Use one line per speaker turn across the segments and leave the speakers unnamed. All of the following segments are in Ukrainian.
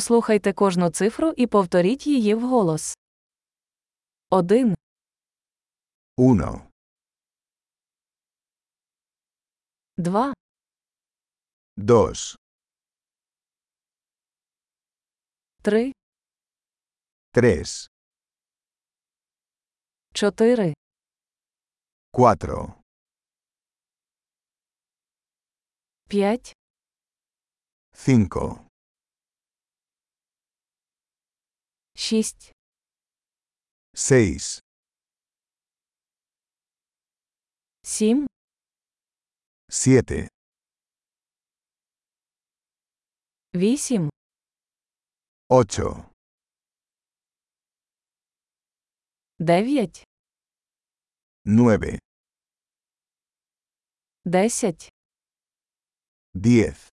Послухайте кожну цифру і повторіть її вголос. 1,
1,
2,
2,
3,
3,
4,
4,
5,
5,
6,
6,
7,
7,
8,
8,
9,
9,
10,
10,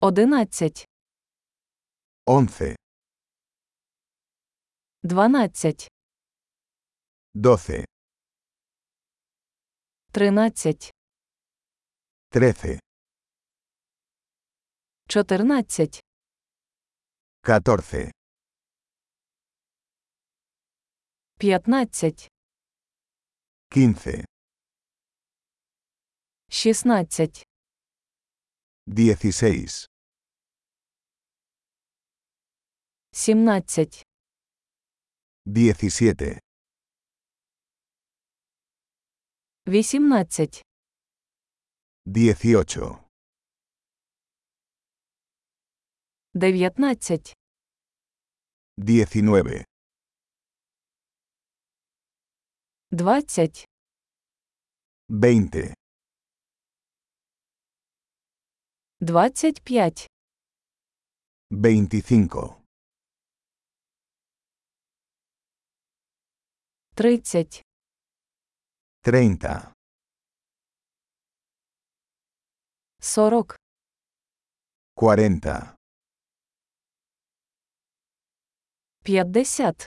одинадцять,
11,
дванадцять,
12,
тринадцять,
13,
чотирнадцять,
14,
п'ятнадцять,
15,
шістнадцять,
16,
сімнадцять,
17,
вісімнадцять,
18,
дев'ятнадцять,
19,
двадцять,
20,
двадцять п'ять,
25.
тридцять.
30,
40,
40,
50,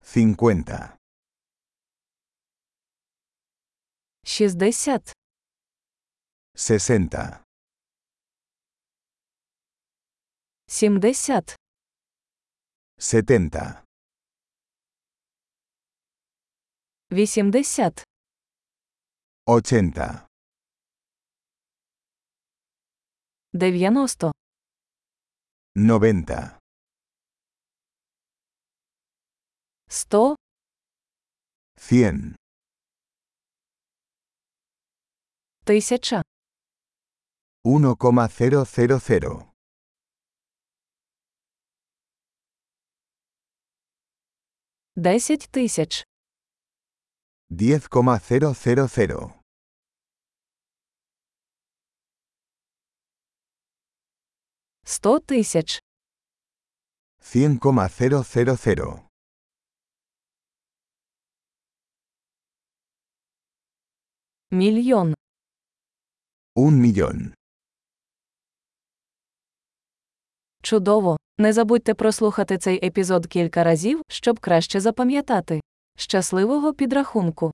50,
60,
60,
70,
70,
80,
80,
90,
90,
100,
100,
1000.
1,000.
Десять тисяч,
10,000,
сто тисяч,
100,000,
мільйон,
1 millón.
чудово. Не забудьте прослухати цей епізод кілька разів, щоб краще запам'ятати. Щасливого підрахунку!